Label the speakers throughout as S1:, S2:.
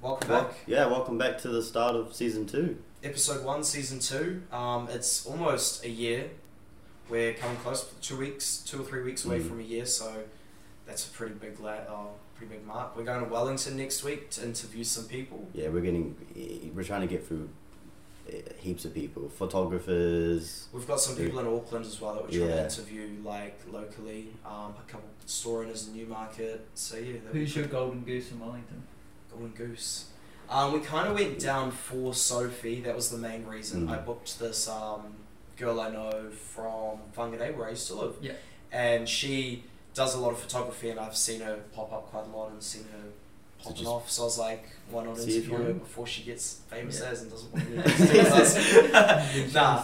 S1: back.
S2: Mike.
S1: Yeah, welcome back to the start of season two.
S2: Episode 1, Season 2. Um, it's almost a year. We're coming close, two weeks, two or three weeks away
S1: Mm.
S2: from a year, so that's a pretty big la- uh, pretty big mark. We're going to Wellington next week to interview some people.
S1: Yeah, we're getting, we're trying to get through uh, heaps of people, photographers.
S2: We've got some people in Auckland as well that we're trying to
S1: Yeah.
S2: interview, like locally. Um, a couple store owners in Newmarket. So yeah, that'd be
S3: Who's your golden goose in Wellington?
S2: Golden Goose. Um, we kind of went down for Sophie. That was the main reason
S1: Mm.
S2: I booked this um, girl I know from Whangarei, where I used to live.
S3: Yeah.
S2: And she does a lot of photography, and I've seen her pop up quite a lot and seen her
S1: So
S2: popping
S1: just
S2: off. So I was like, why not
S1: see if
S2: interview
S1: you-
S2: her before she gets famous
S3: Yeah.
S2: as and doesn't want to steal us? Nah.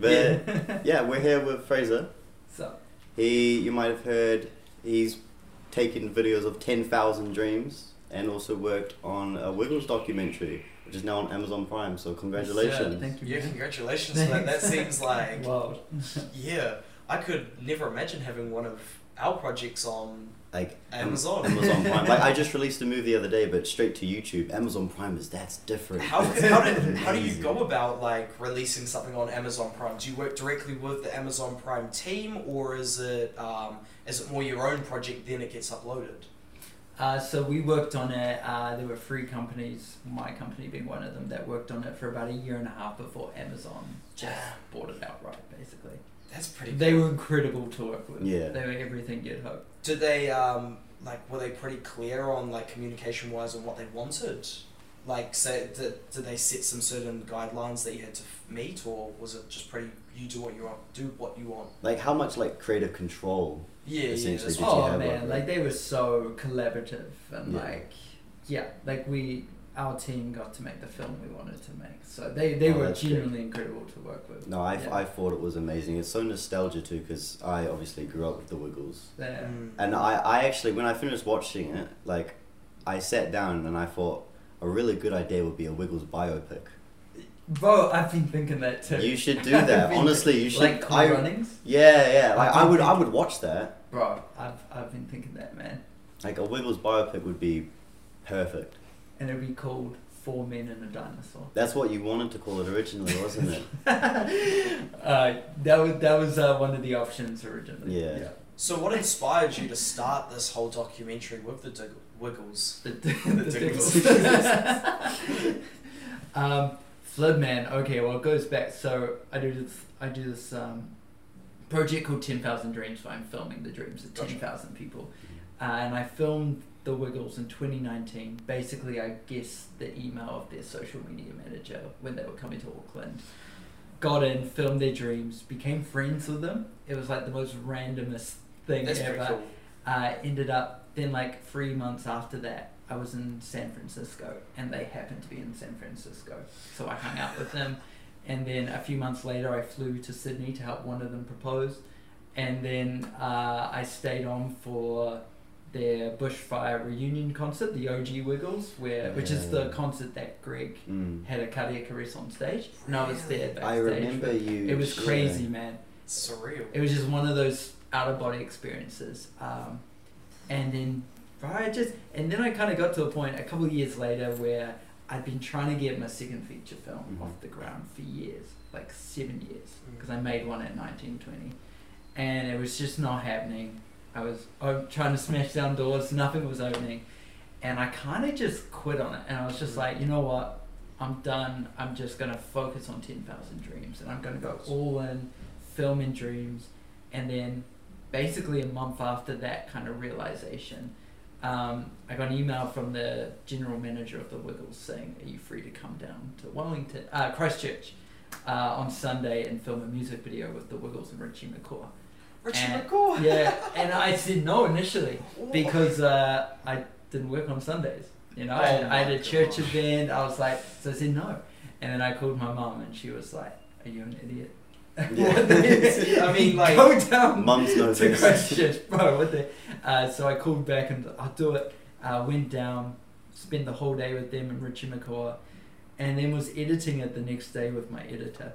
S1: But yeah. we're here with Fraser.
S3: So, uh,
S1: He, you might have heard, he's taken videos of 10,000 dreams and also worked on a Wiggles documentary, which is now on Amazon Prime, so congratulations.
S3: Yeah, thank you.
S2: Yeah,
S3: man.
S2: congratulations for that. That
S3: Thanks.
S2: seems like
S3: Wow.
S2: yeah. I could never imagine having one of our projects on
S1: Like Am-
S2: Amazon.
S1: Amazon Prime. like I just released a movie the other day, but straight to YouTube. Amazon Prime is that's different.
S2: How,
S1: It's
S2: how, did, how do you
S1: amazing.
S2: go about like releasing something on Amazon Prime? Do you work directly with the Amazon Prime team, or is it um, is it more your own project? Then it gets uploaded.
S3: Uh, so we worked on it. Uh, there were three companies, my company being one of them, that worked on it for about a year and a half before Amazon just bought it outright, basically.
S2: That's pretty.
S3: They
S2: cool.
S3: were incredible to work with.
S1: Yeah.
S3: They were everything you'd hope.
S2: Did they um, like were they pretty clear on like communication wise on what they wanted? Like, say, did, did they set some certain guidelines that you had to f- meet, or was it just pretty you do what you want, do what you want?
S1: Like how much like creative control?
S2: Yeah, yeah.
S1: Essentially,
S2: That's
S1: did you
S3: Oh
S1: have
S3: man,
S1: one?
S3: like they were so collaborative and
S1: Yeah.
S3: like yeah, like we our team got to make the film we wanted to make. So they, they
S1: Oh,
S3: were
S1: that's great.
S3: genuinely incredible to work with.
S1: No, I,
S3: Yeah.
S1: I thought it was amazing. It's so nostalgia too, because I obviously grew up with the Wiggles,
S3: They're-
S2: Mm.
S1: and I I actually when I finished watching it, like I sat down and I thought a really good idea would be a Wiggles biopic.
S3: Bro, I've been thinking that too.
S1: You should do that. Honestly, you should.
S3: like cool
S1: I,
S3: runnings?
S1: yeah, yeah. Like
S3: I
S1: I would
S3: think-
S1: I would watch that.
S3: Bro, I've I've been thinking that man.
S1: Like a Wiggles biopic would be perfect.
S3: And it'd be called Four Men and a Dinosaur.
S1: That's what you wanted to call it originally, wasn't it?
S3: uh, that was that was uh, one of the options originally.
S1: Yeah.
S2: So, what inspired you to start this whole documentary with the Dig- Wiggles?
S3: The,
S2: The
S3: the
S2: tickles.
S3: tickles. um, Flood Man. Okay, well, it goes back. So I do this. I do this um, project called Ten Thousand Dreams, where I'm filming the dreams of
S2: Gotcha.
S3: ten thousand people, uh, and I filmed the Wiggles in 2019. Basically, I guess the email of their social media manager when they were coming to Auckland. Got in, filmed their dreams, became friends with them. It was like the most randomest thing
S2: That's
S3: ever
S2: pretty cool.
S3: uh, ended up then like three months after that i was in san francisco and they happened to be in san francisco so i hung out with them and then a few months later i flew to sydney to help one of them propose and then uh, i stayed on for their bushfire reunion concert the og wiggles where which is the
S1: Yeah.
S3: concert that greg
S1: Mm.
S3: had a cardiac arrest on stage and i was there backstage
S1: I remember
S3: with-
S1: you.
S3: it was
S1: yeah.
S3: crazy man
S2: Surreal.
S3: it was just one of those out of body experiences. Um, and then, right, just and then I kind of got to a point a couple of years later where I'd been trying to get my second feature film
S1: Mhm.
S3: off the ground for years, like seven years,
S2: Mm.
S3: because I made one at 1920, and it was just not happening. I was oh, trying to smash down doors, nothing was opening, and I kind of just quit on it. And I was just
S2: Mm.
S3: like, you know what? I'm done. I'm just gonna focus on ten thousand dreams, and I'm gonna go all in, filming dreams, and then basically a month after that kind of realization, um, I got an email from the general manager of the Wiggles saying, "Are you free to come down to Wellington, uh, Christchurch, uh, on Sunday and film a music video with the Wiggles and Richie McCaw?"
S2: Richie
S3: and-
S2: McCaw.
S3: yeah, and I said no initially because uh, I didn't work on Sundays. You know, I,
S2: Oh
S3: I had
S2: my
S3: a church
S2: gosh.
S3: event. I was like, so I said no, and then I called my mom, and she was like, "Are you an idiot?"
S1: Yeah.
S3: What the-
S2: I mean, like-
S3: go down
S1: Mum's no
S3: to
S1: this.
S3: Christchurch, bro. What the? Uh, so I called back and I'll do it. Uh, went down, spent the whole day with them and Richie McCaw, and then was editing it the next day with my editor.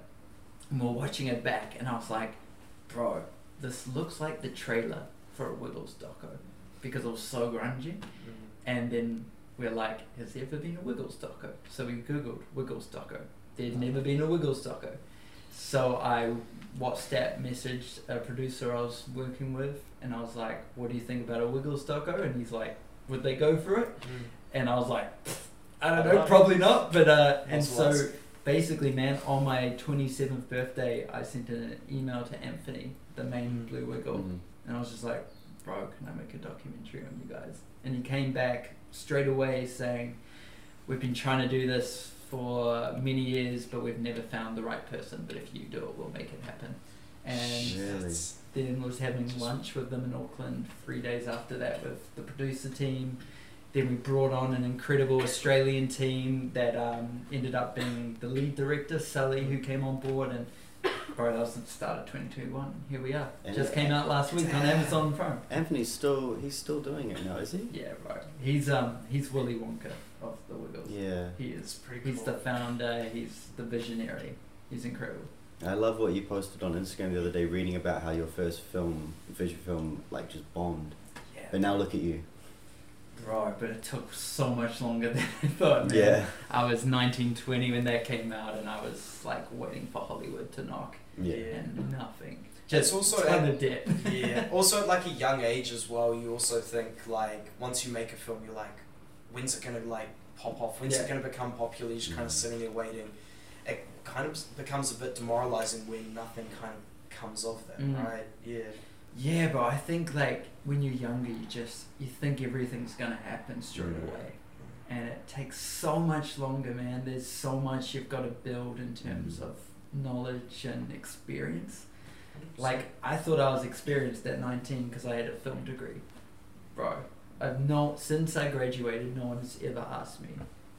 S3: And we're watching it back, and I was like, bro, this looks like the trailer for a Wiggles doco because it was so grungy.
S2: Mm.
S3: And then we're like, has there ever been a Wiggles doco? So we googled Wiggles doco. There's never been a Wiggles doco. So I WhatsApp messaged a producer I was working with, and I was like, "What do you think about a Wiggles doco?" And he's like, "Would they go for it?" And I was like, "I don't know, probably not." But uh, and
S2: What's
S3: so
S2: worse?
S3: basically, man, on my 27th birthday, I sent an email to Anthony, the main
S2: Mm.
S3: Blue Wiggle, and I was just like, bro, can I make a documentary on you guys? And he came back straight away saying, we've been trying to do this for many years, but we've never found the right person. But if you do it, we'll make it happen. And
S1: Really?
S3: then was having lunch with them in Auckland three days after that with the producer team. Then we brought on an incredible Australian team that um, ended up being the lead director, Sully, who came on board. And bro, that was the start of 2021. Here we are.
S1: And-
S3: Just came out last week on Amazon Prime.
S1: Anthony's still he's still doing it now, is he?
S3: Yeah, bro. He's um he's Willy Wonka of the Wiggles.
S1: Yeah.
S3: He
S2: It's
S3: is.
S2: pretty cool.
S3: He's the founder. He's the visionary. He's incredible.
S1: I love what you posted on Instagram the other day, reading about how your first film, feature film, like just bombed. But
S3: Yeah,
S1: now look at you.
S3: bro. But it took so much longer than I thought. Man.
S1: Yeah.
S3: I was 19, 20 when that came out, and I was like waiting for Hollywood to knock,
S1: Yeah.
S2: Yeah.
S3: and nothing.
S2: It's
S3: Just
S2: also-
S3: ton of debt.
S2: yeah. Also, at like a young age as well, you also think like once you make a film, you're like, when's it gonna like pop off? When's
S3: Yeah.
S2: it gonna become popular? You're just kind
S3: Mm.
S1: Mhm.
S2: of sitting there waiting. It kind of s- becomes a bit demoralizing when nothing kind of comes of that,
S3: Mm.
S2: right? Yeah.
S3: Yeah, but I think like when you're younger, you just you think everything's gonna happen straight
S1: Yeah.
S3: away, and it takes so much longer, man. There's so much you've got to build in terms
S2: Mm.
S1: Mhm.
S3: of knowledge and experience. Like I thought I was experienced at 19 because I had a film degree, bro. I've not since I graduated, no one's ever asked me,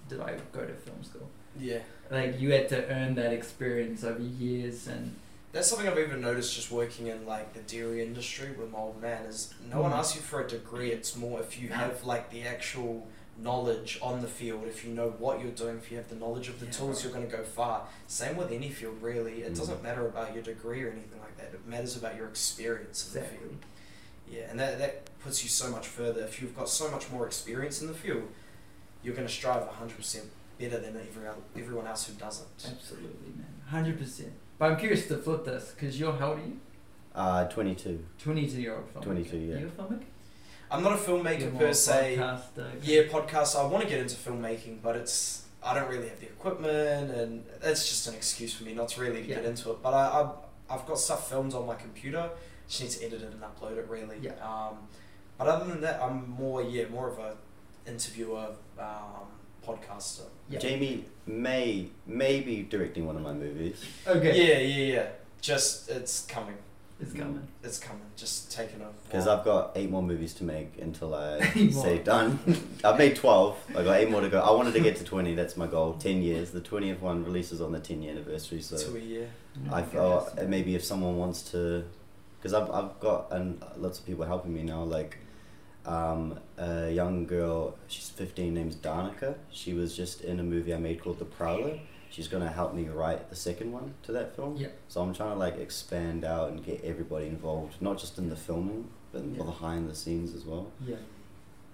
S3: did I go to film school?
S2: yeah.
S3: like you had to earn that experience over years and
S2: That's something I've even noticed just working in like the dairy industry with my old man is no one
S3: Mm.
S2: asks you for a degree. It's more if you have like the actual knowledge on the field, if you know what you're doing, if you have the knowledge of the
S3: Yeah,
S2: tools,
S3: right.
S2: you're going to go far. Same with any field, really. It
S1: Mm.
S2: doesn't matter about your degree or anything like that. It matters about your experience in the field. Yeah, and that, that puts you so much further. If you've got so much more experience in the field, you're going to strive 100% better than every other, everyone else who doesn't.
S3: absolutely man 100% but i'm curious to flip this because you're how old are you
S1: Uh, 22.
S3: 22 year old filmmaker
S1: 22, yeah.
S3: you're a filmmaker
S2: I'm not a
S3: You're
S2: filmmaker
S3: more
S2: per se.
S3: podcaster.
S2: Yeah, podcasts. I want to get into filmmaking, but it's I don't really have the equipment, and that's just an excuse for me not to really to get
S3: Yeah.
S2: into it. But I, I I've got stuff filmed on my computer. Just need to edit it and upload it really.
S3: Yeah.
S2: Um, but other than that, I'm more yeah more of a interviewer, um, podcaster.
S3: Yeah.
S1: Jamie may may be directing one of my movies.
S3: okay
S2: Yeah, yeah, yeah. Just it's coming.
S3: it's coming
S2: It's coming. Just taking off.
S1: Because I've got eight more movies to make until I
S3: Eight more.
S1: say done. I've made 12. I've got eight more to go. I wanted to get to 20. That's my goal. 10 years. The 20th one releases on the 10 year anniversary. So
S2: to a year.
S1: I
S3: Mm. Okay,
S1: thought
S3: that's-
S1: maybe if someone wants to, because I've, I've got and lots of people helping me now. Like um, a young girl, she's 15, name's Danica. She was just in a movie I made called The Prowler. She's gonna help me write the second one to that film.
S3: Yeah.
S1: So I'm trying to like expand out and get everybody involved, not just in the filming, but in the
S3: Yeah.
S1: behind the scenes as well.
S3: yeah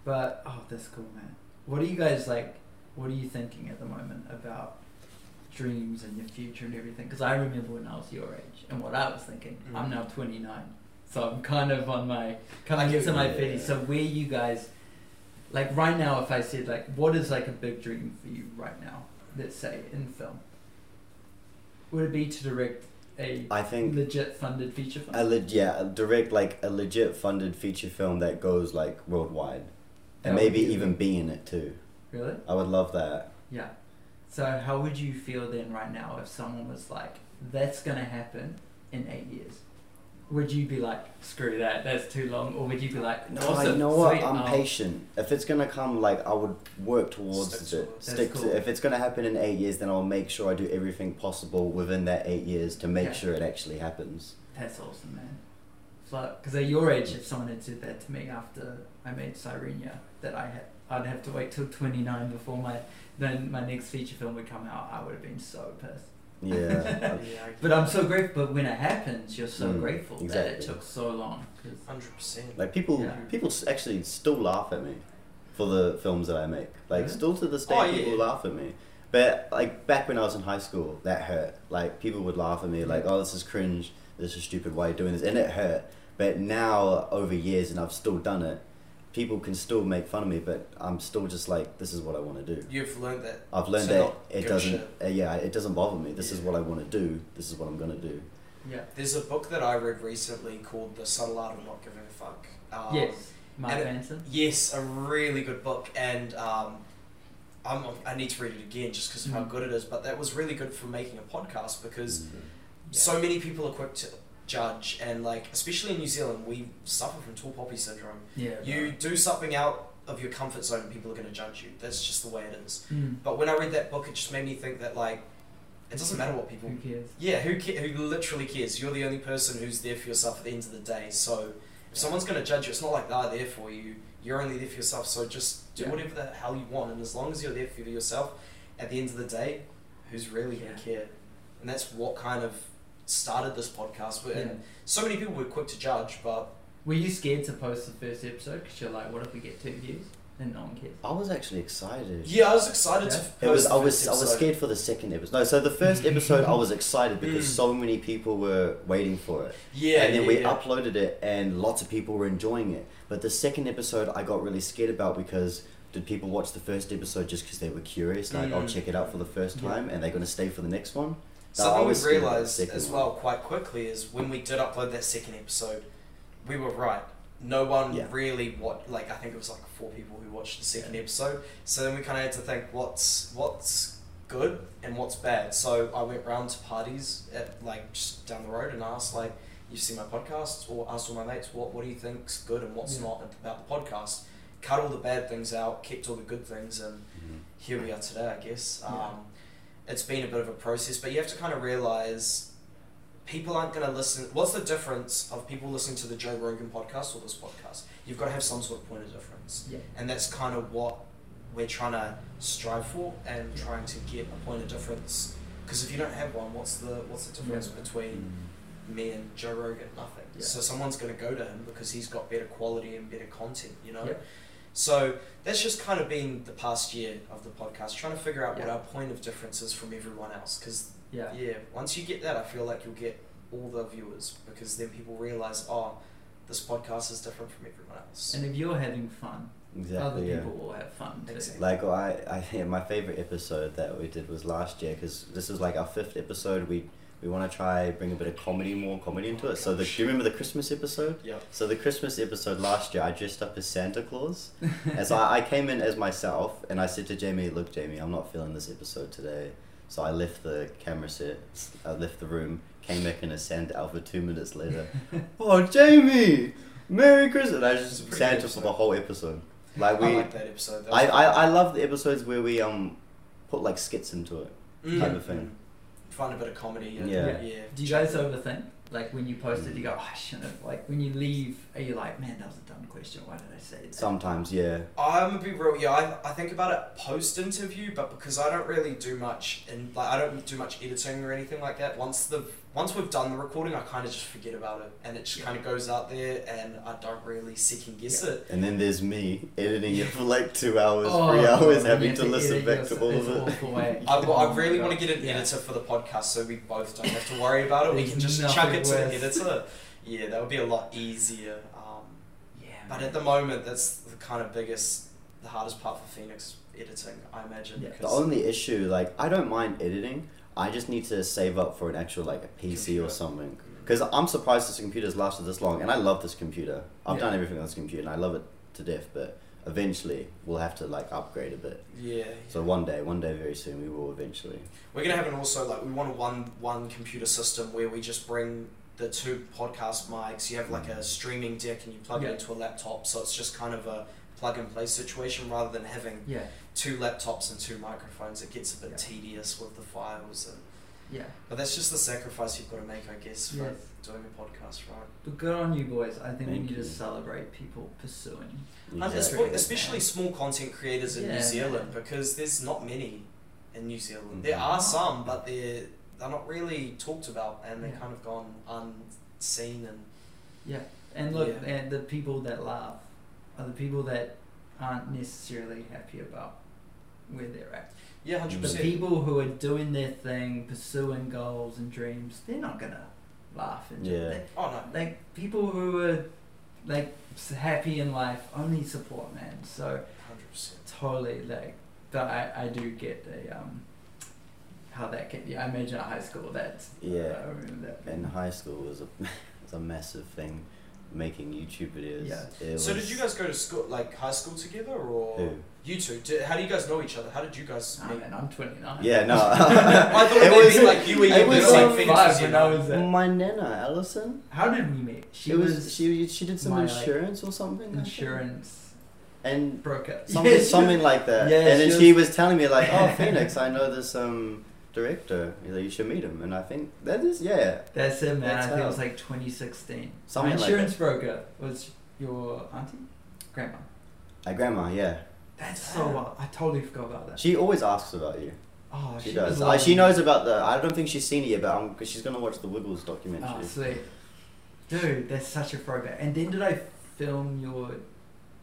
S3: but oh that's cool man what are you guys like what are you thinking at the moment about dreams and your future and everything because i remember when i was your age and what i was thinking
S2: Mm.
S3: i'm now 29 so i'm kind of on my coming
S2: I get
S3: into
S2: you.
S3: my
S1: yeah.
S3: 30s so where you guys like right now if i said like what is like a big dream for you right now let's say in film would it be to direct a
S1: I think
S3: legit funded feature film
S1: a le- yeah, a direct like a legit funded feature film that goes like worldwide,
S3: That
S1: and
S3: would
S1: maybe
S3: be-
S1: even be in it too.
S3: really
S1: I would love that.
S3: Yeah. So how would you feel then right now if someone was like, that's gonna happen in eight years? Would you be like, screw that, that's too long, or would you be like,
S1: No,
S3: awesome,
S1: you know what?
S3: sweet, um,
S1: I'm
S3: I'll-
S1: patient. If it's gonna come, like I would work towards
S2: Stick to
S1: it.
S2: it.
S3: That's
S1: Stick
S3: cool.
S1: to. If it's gonna happen in eight years, then I'll make sure I do everything possible within that eight years to make
S3: Yeah.
S1: sure it actually happens.
S3: That's awesome, man. Because at your age, if someone had said that to me after I made Sirenia, that I had, I'd have to wait till 29 before my then my next feature film would come out, I would have been so pissed.
S1: Yeah.
S2: Yeah,
S3: But I'm so grateful. But when it happens, you're so
S1: Mm,
S3: grateful that
S1: exactly.
S3: it took so long. 'cause-
S2: hundred percent.
S1: like people,
S3: Yeah.
S1: people s- actually still laugh at me for the films that I make. Like
S3: Yeah.
S1: still to this day,
S2: Oh, yeah,
S1: people
S2: yeah.
S1: laugh at me. But like back when I was in high school, that hurt. Like people would laugh at me, like, "Oh, this is cringe. This is stupid. Why are you doing this?" And it hurt. But now, over years, and I've still done it. People can still make fun of me, but I'm still just like, "This is what I want to do."
S2: You've learned that.
S1: I've learned
S2: So
S1: that
S2: not
S1: it
S2: give a
S1: doesn't.
S2: shit.
S1: Uh, yeah, it doesn't bother me. This is
S2: Yeah.
S1: what I want to do. This is what I'm gonna do.
S3: Yeah.
S2: There's a book that I read recently called The Subtle Art of Not Giving a Fuck. Um,
S3: yes. Mark
S2: and it-
S3: Manson.
S2: Yes, a really good book, and um, I'm, I need to read it again just because of how
S3: Mhm.
S2: good it is. But that was really good for making a podcast because
S1: Mhm.
S2: so many people are quick to judge, and like especially in New Zealand, we suffer from tall poppy syndrome.
S3: Yeah.
S2: You do something out of your comfort zone, and people are going to judge you. That's just the way it is.
S3: Mm.
S2: But when I read that book, it just made me think that like it doesn't matter what people
S3: Who cares?
S2: yeah, who ca- who literally cares? You're the only person who's there for yourself at the end of the day. So if someone's going to judge you, it's not like they're there for you. You're only there for yourself. So just do
S3: Yeah.
S2: whatever the hell you want, and as long as you're there for yourself, at the end of the day, who's really going to care? And that's what kind of started this podcast. But
S3: Yeah.
S2: and so many people were quick to judge, but
S3: Were you scared to post the first episode? Because you're like, what if we get two views and no one cares?
S1: I was actually excited.
S2: yeah, I was excited to.
S3: Yeah.
S1: It was.
S2: post
S1: I
S2: the
S1: was.
S2: first
S1: I was
S2: episode.
S1: scared for the second episode. No, so the first episode, I was excited because
S2: Mm.
S1: so many people were waiting for it,
S2: Yeah,
S1: and then
S2: yeah,
S1: we
S2: yeah.
S1: uploaded it, and lots of people were enjoying it. But the second episode, I got really scared about because did people watch the first episode just because they were curious, like, "I'll
S2: Mm.
S1: check it out for the first
S3: Yeah.
S1: time," and they're gonna stay for the next one? No, I
S2: Something
S1: was
S2: we've
S1: scared about the
S2: realised
S1: second
S2: as
S1: one.
S2: well quite quickly is when we did upload that second episode, we were right. No one
S1: Yeah.
S2: really what like I think it was like four people who watched the second episode. So then we kind of had to think what's what's good and what's bad. So I went round to parties at like just down the road and asked like you see my podcast or asked all my mates what what do you think's good and what's
S3: Yeah.
S2: not about the podcast. Cut all the bad things out, kept all the good things, and
S1: Mm.
S2: here we are today, I guess. Um,
S3: Yeah.
S2: It's been a bit of a process, but you have to kind of realize people aren't going to listen. What's the difference of people listening to the Joe Rogan podcast or this podcast? You've got to have some sort of point of difference.
S3: Yeah.
S2: And that's kind of what we're trying to strive for and trying to get a point of difference. Because if you don't have one, what's the what's the difference
S3: Yeah.
S1: Mm.
S2: between me and Joe Rogan? Nothing.
S3: Yeah.
S2: So someone's going to go to him because he's got better quality and better content, you know?
S3: Yeah.
S2: So that's just kind of been the past year of the podcast, trying to figure out what
S3: Yeah.
S2: our point of difference is from everyone else. Because,
S3: Yeah.
S2: yeah. once you get that, I feel like you'll get all the viewers because then people realize, oh, this podcast is different from everyone else.
S3: And if you're having fun, other
S1: Exactly. yeah.
S3: people will have fun too.
S2: Exactly.
S1: Like oh, I, I think my favorite episode that we did was last year because this is like our fifth episode. We we want to try bring a bit of comedy, more comedy into it. So the, do you remember the Christmas episode?
S2: yeah.
S1: So the Christmas episode last year, I dressed up as Santa Claus. As I, I came in as myself, and I said to Jamie, "Look, Jamie, I'm not feeling this episode today." So I left the camera set, I left the room, came back in as Santa Alpha two minutes later. oh, Jamie, Merry Christmas! And I was
S2: It's a
S1: just
S2: pretty
S1: Santa
S2: episode.
S1: for the whole episode. Like we,
S2: I like that episode. That
S1: I,
S2: was
S1: I,
S2: good.
S1: I love the episodes where we um put like skits into it.
S3: Mm.
S1: type of thing.
S2: Mm. Find a bit of comedy. And,
S1: Yeah. Mm.
S2: yeah.
S3: Do you guys overthink? Like when you post it, you go, oh, I shouldn't have. Like when you leave, are you like, man, that was a dumb question. Why did I say that?
S1: Sometimes, yeah.
S2: I'm gonna be real. Yeah, I, I think about it post interview, but because I don't really do much and like I don't do much editing or anything like that. Once the once we've done the recording, I kind of just forget about it, and it just kind of goes out there, and I don't really second guess
S3: Yeah.
S2: it.
S1: And then there's me editing it for like two hours,
S3: Oh,
S1: three hours,
S3: God,
S1: having
S3: you
S1: to
S3: have to
S1: listen
S3: edit
S1: back to
S3: yourself-
S1: all of
S3: it's
S1: it.
S3: awful, eh?
S2: I, well,
S3: Oh
S2: I
S3: my
S2: really
S3: God.
S2: want to get an
S3: Yeah.
S2: editor for the podcast so we both don't have to worry about it. we
S3: There's
S2: can just chuck
S3: nothing
S2: it to the
S3: worse.
S2: editor. Yeah, that would be a lot easier. Um,
S3: Yeah.
S2: but
S3: man.
S2: at the moment, that's the kind of biggest, the hardest part for Phoenix editing, I imagine.
S3: Yeah.
S1: The
S2: because-
S1: only issue, like, I don't mind editing. I just need to save up for an actual like a PC or
S2: Computer.
S1: something.
S3: Mm.
S1: Because I'm surprised this computer's lasted this long, and I love this computer. I've
S3: Yeah.
S1: done everything on this computer, and I love it to death. But eventually, we'll have to like upgrade a bit.
S2: yeah.
S1: So one day, one day, very soon, we will eventually.
S2: We're gonna have an also like we want a one one computer system where we just bring the two podcast mics. You have like a streaming deck and you plug
S3: Mm. Yeah.
S2: it into a laptop, so it's just kind of a plug and play situation rather than having
S3: Yeah.
S2: two laptops and two microphones. It gets a bit
S3: Yeah.
S2: tedious with the files and
S3: Yeah.
S2: but that's just the sacrifice you've got to make, I guess, for
S3: Yes.
S2: doing a podcast, right?
S3: But good on you boys. I think we
S1: Thank
S3: need
S1: you.
S3: to celebrate people pursuing.
S2: And it's
S1: Exactly.
S2: po- especially small content creators in
S3: Yeah.
S2: New Zealand because there's not many in New Zealand.
S1: Mhm.
S2: There
S3: Mm-hmm.
S2: are some, but they're they're not really talked about and they're
S3: Yeah.
S2: kind of gone unseen and
S3: And look,
S2: Yeah.
S3: and the people that laugh are the people that aren't necessarily happy about where they're at.
S2: Yeah, hundred
S3: Mm. The
S2: percent.
S3: people who are doing their thing, pursuing goals and dreams, they're not gonna laugh and
S1: Yeah.
S3: they-
S2: Oh no.
S3: like people who are like s- happy in life only support man. So
S2: Hundred percent.
S3: totally like but I, I do get the um how that can yeah, I imagine at high school that's
S1: Yeah.
S3: I remember that
S1: in high school was a was a massive thing, making YouTube videos.
S3: Yeah.
S1: It
S2: So did
S1: was-
S2: you guys go to school, like high school together, or
S1: Who?
S2: you two? Did, how do you guys know each other? How did you guys
S3: I
S2: meet?
S3: mean I'm twenty nine.
S1: Yeah, no.
S2: I thought it,
S1: It
S2: would
S1: was-
S2: be like you were
S1: it
S2: young,
S1: was
S2: like
S1: on
S2: Phoenix
S3: five
S2: was
S3: when
S2: young.
S3: I was-
S1: My nana, Allison.
S3: How did we meet? She
S1: She was,
S3: was
S1: she she did some
S3: my, like,
S1: insurance or something. I think.
S3: insurance
S1: And
S3: broker.
S1: something
S3: Yeah, she-
S1: something like that.
S3: Yeah,
S1: and then
S3: she
S1: she was, telling me like, "Oh, Phoenix, I know this um director. He's like, You should meet him." And I think that is yeah.
S3: That's it, man.
S1: That's
S3: I think it
S1: how-
S3: was like 2016.
S1: Something
S3: My
S1: like
S3: insurance broker was your auntie, grandma.
S1: My grandma, yeah.
S3: That's so wild. I totally forgot about that.
S1: She always asks about you.
S3: oh,
S1: She,
S3: was
S1: does. Like,
S3: lovely.
S1: she knows about the. I don't think she's seen it yet, but um, 'cause she's gonna watch the Wiggles documentary.
S3: Oh, sweet. Dude, that's such a throwback. And then did I film your?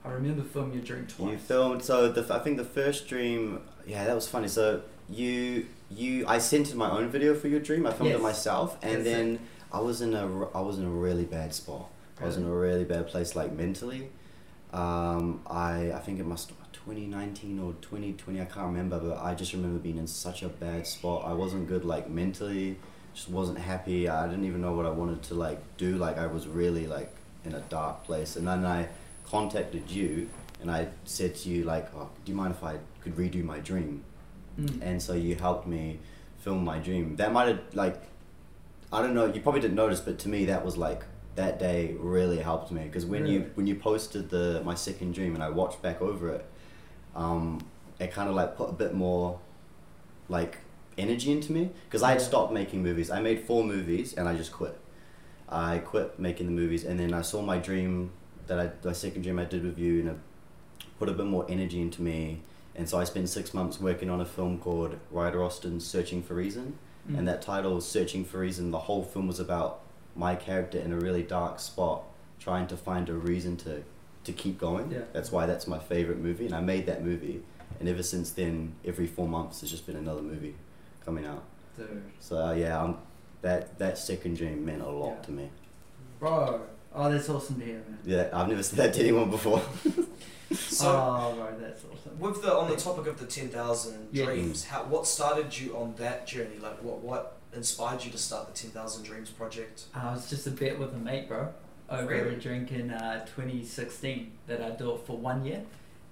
S3: I remember filming your drink twice.
S1: You filmed so the f- I think the first dream yeah that was funny so you you I sent in my own video for your dream I filmed
S3: Yes.
S1: it myself and
S3: That's it.
S1: then I was in a r- I was in a really bad spot I was in a really bad place like mentally um, I I think it must 2019 or 2020 I can't remember but I just remember being in such a bad spot I wasn't good like mentally just wasn't happy I didn't even know what I wanted to like do like I was really like in a dark place and then I contacted you and I said to you like oh, do you mind if I could redo my dream
S3: Mm.
S1: and so you helped me film my dream that might have like I don't know you probably didn't notice but to me that was like that day really helped me because when
S3: Really?
S1: you when you posted the my second dream and I watched back over it um it kind of like put a bit more like energy into me because I had
S3: Yeah.
S1: stopped making movies I made four movies and I just quit I quit making the movies, and then I saw my dream that I, the second dream I did with you, and it put a bit more energy into me. And so I spent six months working on a film called Ryder Austin's Searching for Reason,
S3: Mm.
S1: and that title, Searching for Reason, the whole film was about my character in a really dark spot, trying to find a reason to to keep going.
S3: Yeah.
S1: That's why that's my favorite movie, and I made that movie. And ever since then, every four months, there's just been another movie coming out.
S3: Dude,
S1: So uh, yeah, i that that second dream meant a lot
S3: Yeah.
S1: to me.
S3: bro. Oh, that's awesome to hear, man.
S1: Yeah, I've never said that to anyone before.
S2: So
S3: oh, bro, that's awesome.
S2: with the on the topic of the ten thousand
S3: Yeah.
S2: dreams, how what started you on that journey? Like what what inspired you to start the ten thousand dreams project?
S3: I was just a bit with a mate, bro, over
S2: Really?
S3: a drink in uh, 2016 that I do it for one year.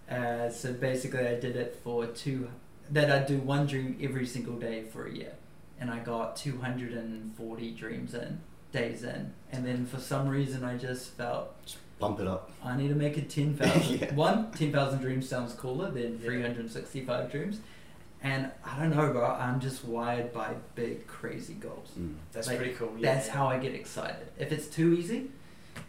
S3: Uh, so basically, I did it for two. That I do one dream every single day for a year, and I got 240 dreams in days in, and then for some reason I just felt
S1: Pump it up.
S3: I need to make it 10,000.
S1: Yeah.
S3: One, 10,000 dreams sounds cooler than
S2: Yeah.
S3: 365 dreams. And I don't know, bro, I'm just wired by big, crazy goals.
S1: Mm.
S2: That's
S3: Like,
S2: pretty cool. Yeah.
S3: That's how I get excited. If it's too easy,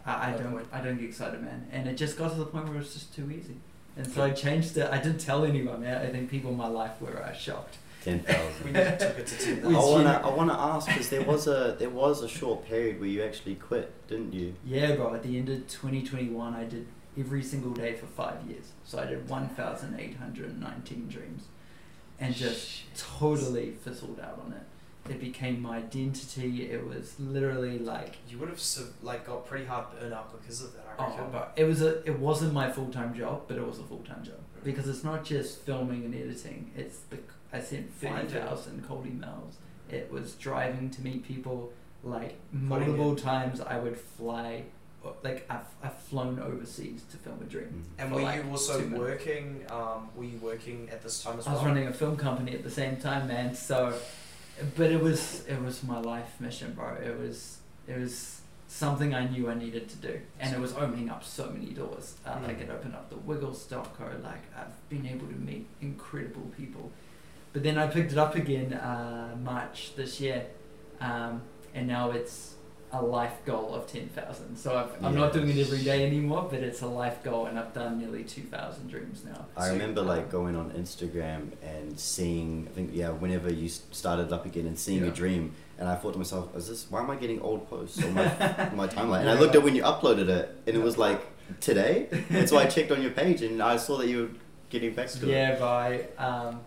S3: I, I
S2: Good
S3: don't
S2: point.
S3: I don't get excited, man. And it just got to the point where it was just too easy. And so I changed it. I didn't tell anyone, man. I think people in my life were uh, shocked.
S1: Ten
S2: we
S1: thousand.
S2: need to took it to ten
S1: I
S3: We-
S2: thousand.
S1: wanna, I wanna ask because there was a, there was a short period where you actually quit, didn't you?
S3: Yeah, bro, at the end of 2021, I did every single day for five years. So I did 1,819 dreams. And just totally fizzled out on it. It became my identity. It was literally like,
S2: You would have sub- like got pretty hard burn up because of that. I reckon.
S3: oh, but it was a, it wasn't my full time job, but it was a full time job
S2: Mm.
S3: because it's not just filming and editing. It's the I sent
S2: Finding.
S3: thirty thousand cold emails. It was driving to meet people. Like
S2: Finding it.
S3: multiple times, I would fly. Like I've, I've flown overseas to film a dream.
S1: Mm.
S2: and
S3: for
S2: were
S3: like
S2: you also
S3: two minutes.
S2: working? Um, were you working at this time as
S3: I was
S2: well?
S3: running a film company at the same time, man. So, but it was it was my life mission, bro. It was it was something I knew I needed to do, and it was opening up so many doors. Uh, Like
S2: Mm.
S3: it opened up the Wiggles Doco. Like I've been able to meet incredible people. But then I picked it up again uh, March this year, um, and now it's a life goal of ten thousand. So I've, I'm not doing it every day anymore, but it's a life goal, and I've done nearly two thousand dreams now.
S1: I
S2: So-
S1: remember
S3: um,
S1: like going on Instagram and seeing, I think yeah, whenever you s- started up again and seeing
S3: Yeah.
S1: your dream, and I thought to myself, is this why am I getting old posts on my, on my timeline? And I looked at when you uploaded it, and it was like today. That's why I checked on your page and I saw that you were getting back to it.
S3: Yeah, by um,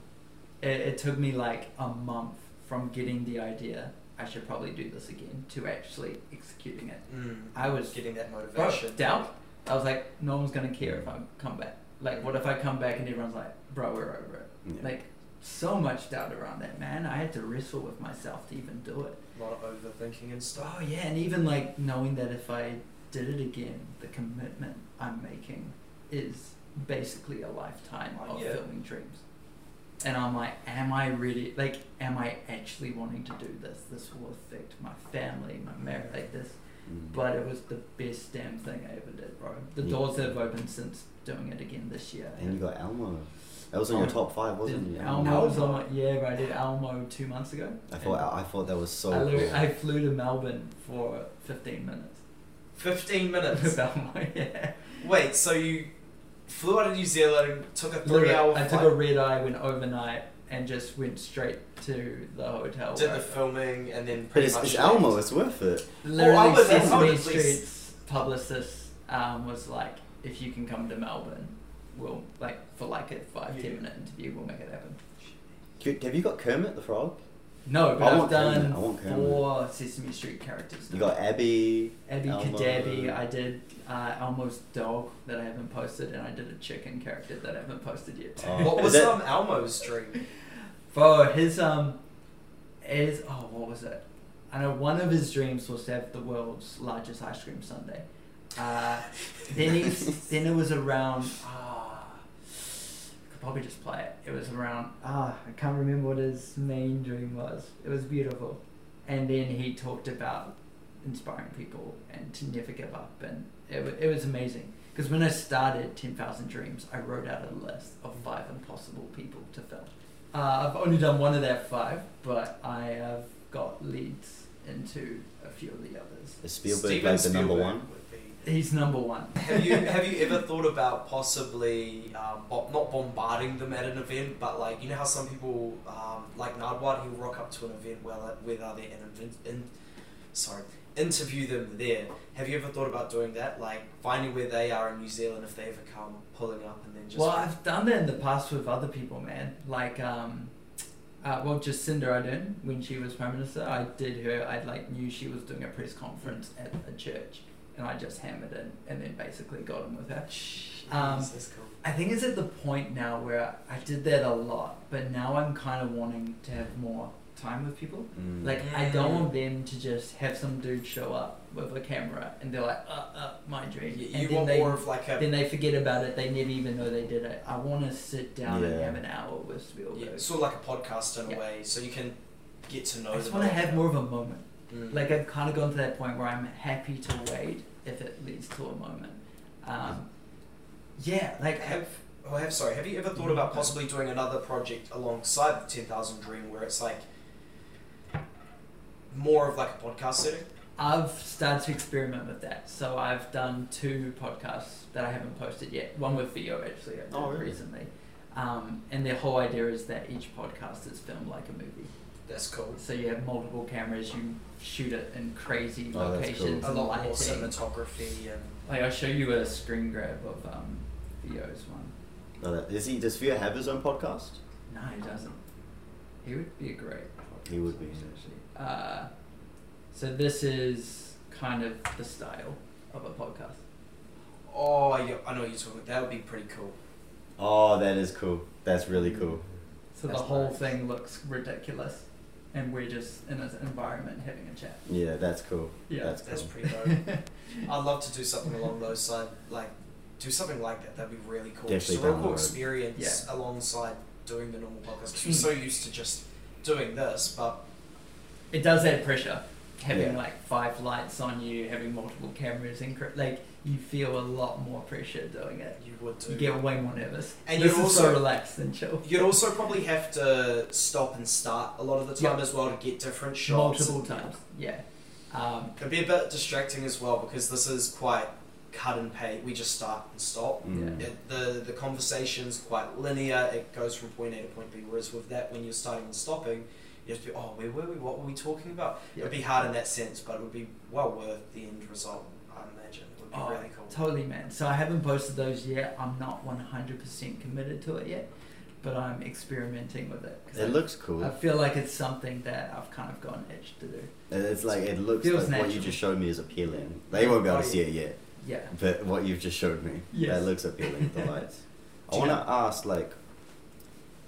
S3: it, it took me like a month from getting the idea I should probably do this again to actually executing it.
S2: Mm.
S3: I was
S2: Getting that
S3: bro,
S2: motivation.
S3: doubt. I was like, no one's gonna care if I come back. Like, what if I come back and everyone's like, bro, we're over it.
S1: Yeah.
S3: Like, so much doubt around that, man. I had to wrestle with myself to even do it.
S2: A lot of overthinking and stuff.
S3: Oh yeah, and even like knowing that if I did it again, the commitment I'm making is basically a lifetime
S2: Oh,
S3: of
S2: yeah.
S3: filming dreams. And I'm like, am I really like am I actually wanting to do this? This will affect my family, my marriage like this.
S1: Mm.
S3: But it was the best damn thing I ever did, bro. The
S1: Yeah.
S3: doors have opened since doing it again this year.
S1: and you got Elmo. That was on your
S3: Um,
S1: top five, wasn't
S3: Did
S1: it?
S3: Elmo was on my, yeah, bro, I did Elmo two months ago.
S1: I thought I thought that was so
S3: I,
S1: cool.
S3: literally- I flew to Melbourne for fifteen minutes.
S2: 15 minutes.
S3: Belmont, yeah.
S2: Wait, so you flew out of New Zealand, took a three
S3: Literally,
S2: hour
S3: I
S2: flight,
S3: took a red eye, went overnight, and just went straight to the hotel.
S2: did
S3: where
S2: the filming, and then
S1: but
S2: pretty
S1: it's,
S2: much.
S1: it's
S2: left.
S1: Elmo. It's worth it.
S3: Literally,
S2: Oh, I was- I would
S3: Sesame
S2: at least-
S3: Street's publicist um, was like, if you can come to Melbourne, we'll, like, for like a five,
S2: Yeah.
S3: ten minute interview, we'll make it happen.
S1: Cute. Have you got Kermit the Frog?
S3: No, but
S1: I
S3: I've
S1: want Kermit,
S3: done
S1: I want Kermit.
S3: four Sesame Street characters.
S1: You
S3: now.
S1: got Abby.
S3: Abby
S1: Elmo.
S3: Kadabi, I did uh, Elmo's dog that I haven't posted, and I did a chicken character that I haven't posted yet.
S1: Oh.
S2: What
S1: Is
S2: was
S1: that-
S2: um, Elmo's dream?
S3: Bro, his um, his oh, what was it? I know one of his dreams was to have the world's largest ice cream sundae. Uh, then he, then it was around. Ah, I could probably just play it. It was around. Ah, I can't remember what his main dream was. It was beautiful, and then he talked about inspiring people and to never give up, and it wa- it was amazing. Because when I started Ten Thousand Dreams, I wrote out a list of five impossible people to film. Uh, I've only done one of their five, but I have got leads into a few of the others.
S1: Is Spielberg
S2: Steven
S1: like the
S2: Spielberg
S1: number one?
S2: would be-
S3: He's number one.
S2: Have you have you ever thought about possibly um, bo- not bombarding them at an event, but like you know how some people um, like Nardwuar, he'll rock up to an event where like, where they're there and invent- in, sorry interview them there. Have you ever thought about doing that, like finding where they are in New Zealand if they ever come, pulling up and then just
S3: well, I've done that in the past with other people, man. Like, um, uh, well, Jacinda Ardern, when she was prime minister, I did her. I like knew she was doing a press conference at a church, and I just hammered in, and then basically got in with her. um,
S2: Jeez, that's cool.
S3: I think it's at the point now where I did that a lot, but now I'm kind of wanting to have more time with people.
S1: Mm.
S3: Like I don't
S2: Mm.
S3: want them to just have some dude show up with a camera and they're like, uh, uh, my dream.
S2: You,
S3: and
S2: you
S3: then
S2: want
S3: they,
S2: more of like a
S3: then they forget about it. They never even know they did it. I want to sit down and
S1: Yeah.
S3: have an hour with Spielberg.
S2: yeah, sort of like a podcast in
S3: Yeah.
S2: a way, so you can get to know.
S3: I just
S2: them
S3: want to
S2: a
S3: have
S2: bit.
S3: more of a moment.
S2: Mm.
S3: Like I've kind of gone to that point where I'm happy to wait if it leads to a moment. Um, yeah, like
S2: Have oh, have sorry. Have you ever thought about possibly doing another project alongside the Ten Thousand Dream, where it's like more of like a podcast setting?
S3: I've started to experiment with that. So I've done two podcasts that I haven't posted yet. One with video actually I did
S1: Oh, really?
S3: recently. Um, and the whole idea is that each podcast is filmed like a movie.
S2: That's cool.
S3: So you have multiple cameras, you shoot it in crazy
S1: Oh, that's
S3: locations
S2: A
S3: and
S2: lot more
S3: lighting.
S2: cinematography and
S3: Like I'll show you a screen grab of um, Theo's one.
S1: Oh, that- Is he? Does Fear have his own podcast?
S3: No, he doesn't. He would be a great.
S1: He would be.
S3: actually. Uh, so this is kind of the style of a podcast.
S2: oh, yeah, I know what you're talking. About. That would be pretty cool.
S1: Oh, that is cool. That's really cool.
S3: So the
S2: That's
S3: whole
S2: nice.
S3: thing looks ridiculous, and we're just in an environment having a chat.
S1: Yeah, that's cool.
S3: Yeah.
S1: that's cool.
S2: That's pretty dope. I'd love to do something along those side, like do something like that. That'd be really cool.
S1: Definitely
S2: just a real
S1: down
S2: cool
S1: the road.
S2: experience alongside doing the normal podcast. 'cause you're so used to just doing this, but
S3: It does add pressure having
S1: Yeah.
S3: like five lights on you, having multiple cameras, and cr- like you feel a lot more pressure doing it.
S2: you would do.
S3: You get way more nervous.
S2: And
S3: this
S2: you'd
S3: is so
S2: also-
S3: relaxed and chill.
S2: You'd also probably have to stop and start a lot of the time
S3: Yeah.
S2: as well to get different shots.
S3: Multiple times. Yeah. Um,
S2: It'd be a bit distracting as well because this is quite cut and pay. We just start and stop.
S1: Mm.
S3: Yeah.
S2: It, the the conversation's quite linear. It goes from point A to point B. Whereas with that, when you're starting and stopping, you have to be, oh, where were we? What were we talking about?
S3: yeah.
S2: It'd be hard in that sense, but it would be well worth the end result. I imagine. It would be be
S3: Oh,
S2: really cool.
S3: Totally, man. So I haven't posted those yet. I'm not 100% committed to it yet, but I'm experimenting with it. 'cause I,
S1: It looks cool.
S3: I feel like it's something that I've kind of gone edge to do.
S1: And it's like it looks
S3: Feels
S1: like what you
S3: natural.
S1: just showed me is appealing. They won't be able to
S2: Oh,
S1: see it yet,
S3: Yeah.
S1: but what you've just showed me,
S3: Yes.
S1: that looks appealing. The lights. I
S2: Do you
S1: want to ask, like,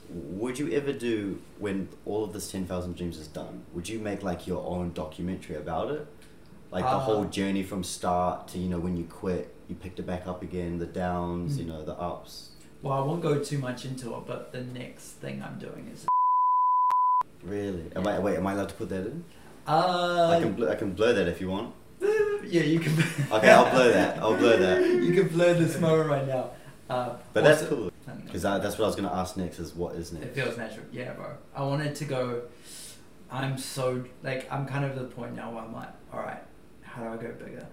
S1: would you ever do when all of this ten thousand dreams is done? Would you make like your own documentary about it, like the
S3: Uh,
S1: whole journey from start to you know when you quit, you picked it back up again, the downs, you
S3: Mhm.
S1: know, the ups.
S3: Well, I won't go too much into it, but the next thing I'm doing is.
S1: Really? Am I, wait, am I allowed to put that in?
S3: Uh,
S1: I can bl- I can blur that if you want.
S3: yeah, you can.
S1: Okay, I'll blur that. I'll blur that.
S3: you can blur this moment right now. Uh,
S1: But that's
S3: also-
S1: cool because that's what I was gonna ask next. Is what is
S3: It
S1: next?
S3: feels natural. Yeah, bro. I wanted to go. I'm so like I'm kind of at the point now where I'm like, all right, how do I go bigger?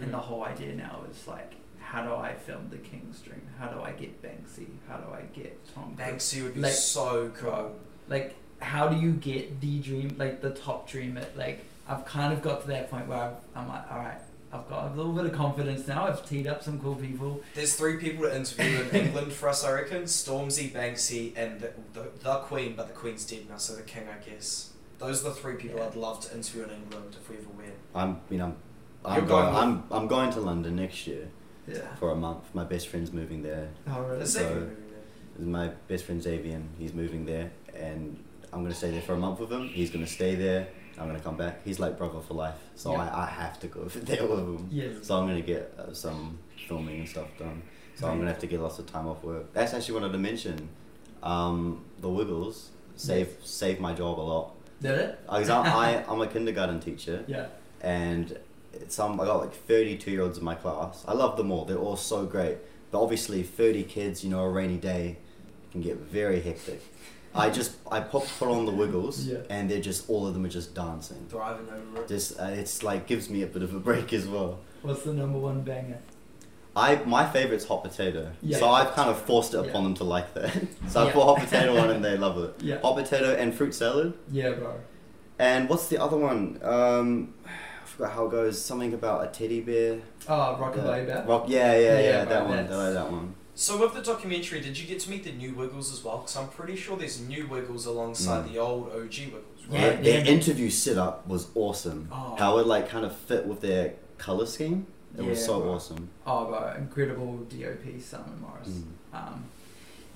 S3: And the
S2: Mm.
S1: Mm.
S3: whole idea now is like, how do I film the King's Dream? How do I get Banksy? How do I get Tom? Cruise?
S2: Banksy would be
S3: Like-
S2: so cool.
S3: Bro. Like, how do you get the dream? Like the top dream? At like, I've kind of got to that point where I'm, I'm like, all right, I've got a little bit of confidence now. I've teed up some cool people.
S2: There's three people to interview in England for us, I reckon. Stormzy, Banksy, and the, the, the Queen, but the Queen's dead now, so the King, I guess. Those are the three people
S3: Yeah.
S2: I'd love to interview in England if we ever win.
S1: I'm you know, I'm
S2: You're
S1: going.
S2: going-
S1: I'm I'm going to London next year
S3: Yeah.
S1: for a month. My best friend's moving there.
S3: Oh, really?
S2: That's
S1: So-
S2: second movie, man.
S1: My best friend Xavier, he's moving there, and I'm gonna stay there for a month with him. He's gonna stay there. I'm gonna come back. He's like brother for life, so
S3: Yeah.
S1: I, I have to go there with him.
S3: Yes.
S1: So I'm gonna get uh, some filming and stuff done. So I'm gonna have to get lots of time off work. That's actually what I wanted to mention. Um, the Wiggles save save my job a lot. Uh,
S3: Did it?
S1: I, I I'm a kindergarten teacher.
S3: Yeah.
S1: and some I got like 32 year olds in my class. I love them all. They're all so great. But obviously 30 kids, you know, a rainy day can get very hectic. I just I pop put on the Wiggles
S3: Yeah.
S1: and they're just all of them are just dancing.
S2: Thriving over it.
S1: Just uh, it's like gives me a bit of a break as well.
S3: What's the number one banger?
S1: I my favorite's hot potato.
S3: Yeah.
S1: So I've kind of forced it upon
S3: Yeah.
S1: them to like that. so I
S3: Yeah.
S1: put hot potato on and they love it.
S3: Yeah.
S1: Hot potato and fruit salad.
S3: Yeah, bro.
S1: And what's the other one? Um, I forgot how it goes. Something about a teddy bear.
S3: Oh, Rockabye
S1: Yeah.
S3: Bat.
S1: Rock, yeah, yeah, yeah,
S3: Yeah,
S1: that
S3: bro,
S1: one,
S3: that's-
S1: that, that one.
S2: So with the documentary, did you get to meet the new Wiggles as well? Because I'm pretty sure there's new Wiggles alongside
S1: Mm.
S2: the old OG Wiggles, right?
S3: Yeah,
S1: Right?
S3: yeah.
S1: Their interview sit up was awesome.
S3: Oh.
S1: How it like kind of fit with their color scheme. It was
S3: Yeah,
S1: so
S3: bro.
S1: awesome.
S3: Oh, bro, incredible DOP Simon Morris.
S1: Mm.
S3: Um,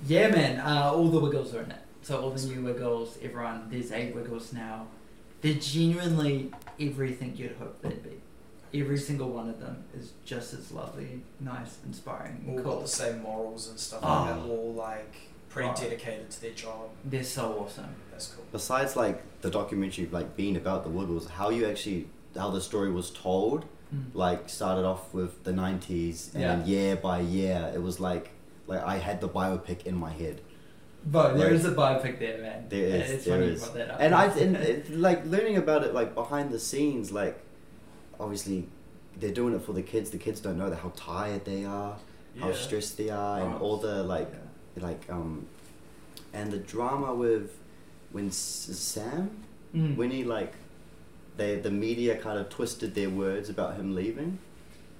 S3: yeah, man, uh, all the Wiggles are in it. So all the new Wiggles, everyone. There's eight Wiggles now. They're genuinely everything you'd hope they'd be. Every single one of them is just as lovely, nice, inspiring,
S2: All
S3: and
S2: got
S3: cool.
S2: the same morals and stuff
S3: Oh.
S2: like that. All like pretty
S3: Oh.
S2: dedicated to their job.
S3: They're so awesome.
S2: That's cool.
S1: Besides like the documentary like being about the Wiggles, how you actually how the story was told
S3: Mm.
S1: like started off with the 90s and
S3: Yeah.
S1: then year by year it was like like I had the biopic in my head.
S3: But there
S1: Like-
S3: is a biopic there, man.
S1: There
S3: And
S1: is,
S3: It's
S1: there
S3: funny
S1: is.
S3: you brought that up.
S1: and I and it, like learning about it like behind the scenes like obviously they're doing it for the kids the kids don't know that how tired they are how stressed they are and
S3: Oh.
S1: all the uh, like
S3: Yeah.
S1: like um and the drama with when S- Sam
S3: Mm.
S1: when he like they the media kind of twisted their words about him leaving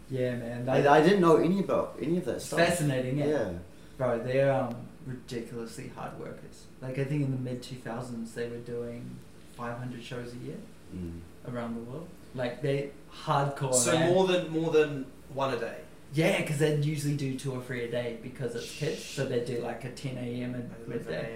S3: yeah, man.
S1: I,
S3: Like,
S1: I didn't know any about any of that
S3: it's
S1: stuff
S3: fascinating, yeah.
S1: yeah
S3: Bro, they're um, ridiculously hard workers. Like I think in the mid two thousands they were doing five hundred shows a year
S1: Mm.
S3: around the world. Like they hardcore.
S2: so
S3: man.
S2: more than more than one a day.
S3: Yeah, because they usually do two or three a day because it's kids. So they do like a ten a.m. and midday.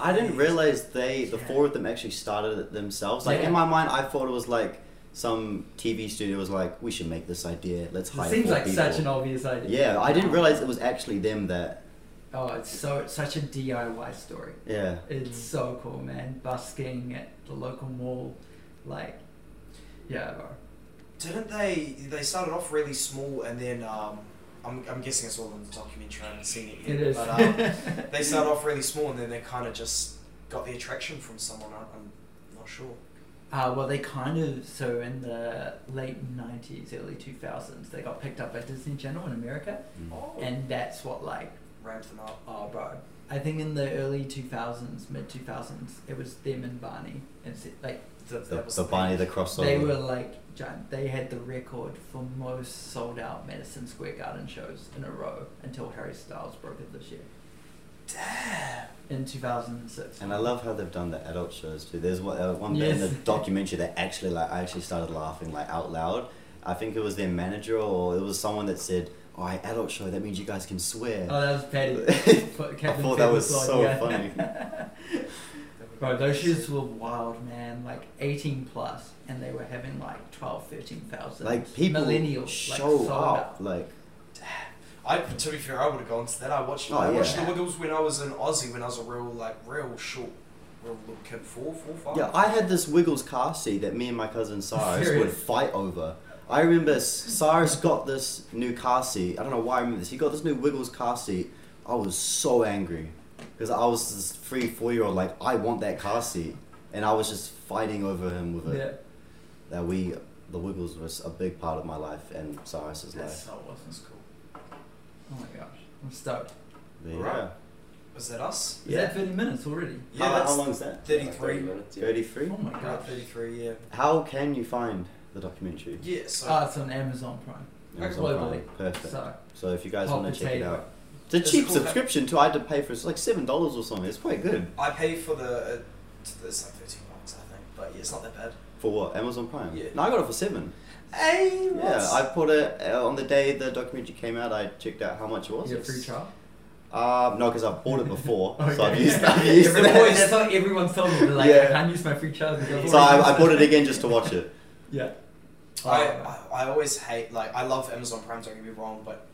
S1: I didn't realize they the
S3: Yeah.
S1: four of them actually started it themselves. Like
S3: Yeah.
S1: in my mind, I thought it was like some TV studio was like, "We should make this idea. Let's hire."
S3: It seems
S1: four
S3: like
S1: people."
S3: such an obvious idea.
S1: Yeah, I didn't realize it was actually them that.
S3: Oh, it's so it's such a DIY story.
S1: Yeah,
S2: Mm.
S3: It's so cool, man. Busking at the local mall, like, yeah, bro.
S2: Didn't they? They started off really small, and then um, I'm, I'm guessing it's all in the documentary. I haven't seen it yet.
S3: It is.
S2: But um, they started off really small, and then they kind of just got the attraction from someone. I- I'm not sure.
S3: Uh, well, they kind of so in the late '90s, early 2000s, they got picked up by Disney Channel in America,
S1: Mm.
S2: Oh.
S3: and that's what like
S2: ramped them up.
S3: oh bro, I think in the early two thousands, mid two thousands, it was them and Barney, and se- like
S2: That,
S1: The,
S2: that was
S1: the
S2: thing.
S1: Barney the crossover.
S3: they were like giant. They had the record for most sold out Madison Square Garden shows in a row until Harry Styles broke it this year. Damn. In two thousand and six.
S1: And I love how they've done the adult shows too. There's one, uh, one bit in the
S3: Yes.
S1: documentary that actually like I actually started laughing like out loud. I think it was their manager or it was someone that said, "Oh, I adult show. That means you guys can swear."
S3: Oh, that was Patty.
S1: I thought that was so funny.
S3: Bro, those shoes were wild, man. Like 18 plus, and they were having like 12, 13,000.
S1: like people
S3: millennials
S1: show
S3: like, sold
S1: up. Like
S2: I, to be fair, I would have gone to that. I watched.
S1: Oh,
S2: I
S1: yeah.
S2: watched The Wiggles when I was in Aussie, when I was a real like real short, real little kid, four, four, five.
S1: yeah, I had this Wiggles car seat that me and my cousin Cyrus would
S3: Serious?
S1: fight over. I remember S- Cyrus got this new car seat. I don't know why I remember this. He got this new Wiggles car seat. I was so angry because I was this three, four year old like I want that car seat, and I was just fighting over him with it.
S3: Yeah,
S1: that we the Wiggles was a big part of my life and Cyrus's life.
S3: that's so awesome.
S2: That's cool.
S3: Oh my gosh, I'm stoked.
S1: But
S2: Right.
S1: yeah.
S2: Was that us?
S3: Is that 30 minutes already?
S2: Yeah,
S1: uh, how,
S2: that's
S1: how long is that?
S2: 33.
S1: Thirty three.
S3: Oh my
S2: We're at
S3: gosh.
S2: thirty-three. Yeah.
S1: How can you find the documentary?
S2: Yeah. So
S3: Oh, it's on Amazon Prime.
S1: Amazon
S3: globally.
S1: Prime. Perfect.
S3: So,
S1: So if you guys
S3: hot
S1: want to check it
S3: potato.
S1: out, it's a
S2: It's
S1: cheap
S2: cool that-
S1: subscription too. I had to pay for it. It's like seven dollars or something. It's quite good
S2: I pay for the. Uh, it's like thirteen bucks, I think, but yeah, it's not that bad.
S1: for what Amazon Prime.
S2: Yeah.
S1: No, I got it for seven.
S2: Hey,
S1: Yeah, I put it uh, on the day the documentary came out. I checked out how much it was.
S3: you get free trial?
S1: Um, no, because I bought it before, so I've
S3: Okay.
S1: used, I've used
S3: Everyone-
S1: it.
S3: that's how everyone's told me. They're like,
S1: Yeah.
S3: I can't use my free trial. because
S1: So I, I bought it again just to watch it.
S3: Yeah. Oh.
S2: I, I, I always hate like I love Amazon Prime. Don't get me wrong, but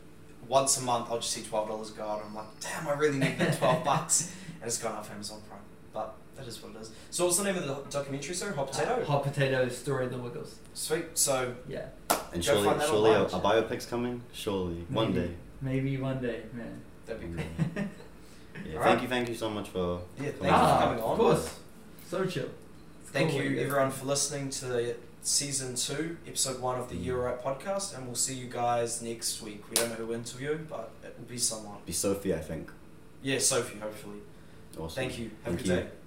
S2: once a month I'll just see twelve dollars go out. And I'm like, damn, I really need that twelve bucks, and it's gone off Amazon Prime. But that is what it is. So what's the name of the documentary? Sir, Hot Potato.
S3: Uh, Hot potato story of the Wiggles.
S2: Sweet. So
S3: Yeah.
S1: And
S2: Go
S1: surely,
S2: find that
S1: surely a,
S2: online.
S1: a biopic's coming. Surely one
S3: Maybe.
S1: day.
S3: Maybe one day, man.
S2: that'd be
S1: Mm.
S2: cool.
S1: Yeah,
S2: All
S1: thank
S2: right.
S1: you, thank you so much for.
S2: Yeah, thank you
S1: coming
S2: for
S1: on.
S3: ah,
S2: coming on.
S3: Of course. So chill.
S2: Thank
S3: Cool,
S2: you
S3: yeah.
S2: everyone for listening to season two, episode one
S1: Mm.
S2: of the You're Right podcast, and we'll see you guys next week. We don't know who we'll interview, but it will be someone.
S1: Be Sophie, I think.
S2: Yeah, Sophie, hopefully.
S1: Awesome.
S2: Thank you. Have
S1: Thank
S2: a good
S1: you.
S2: day.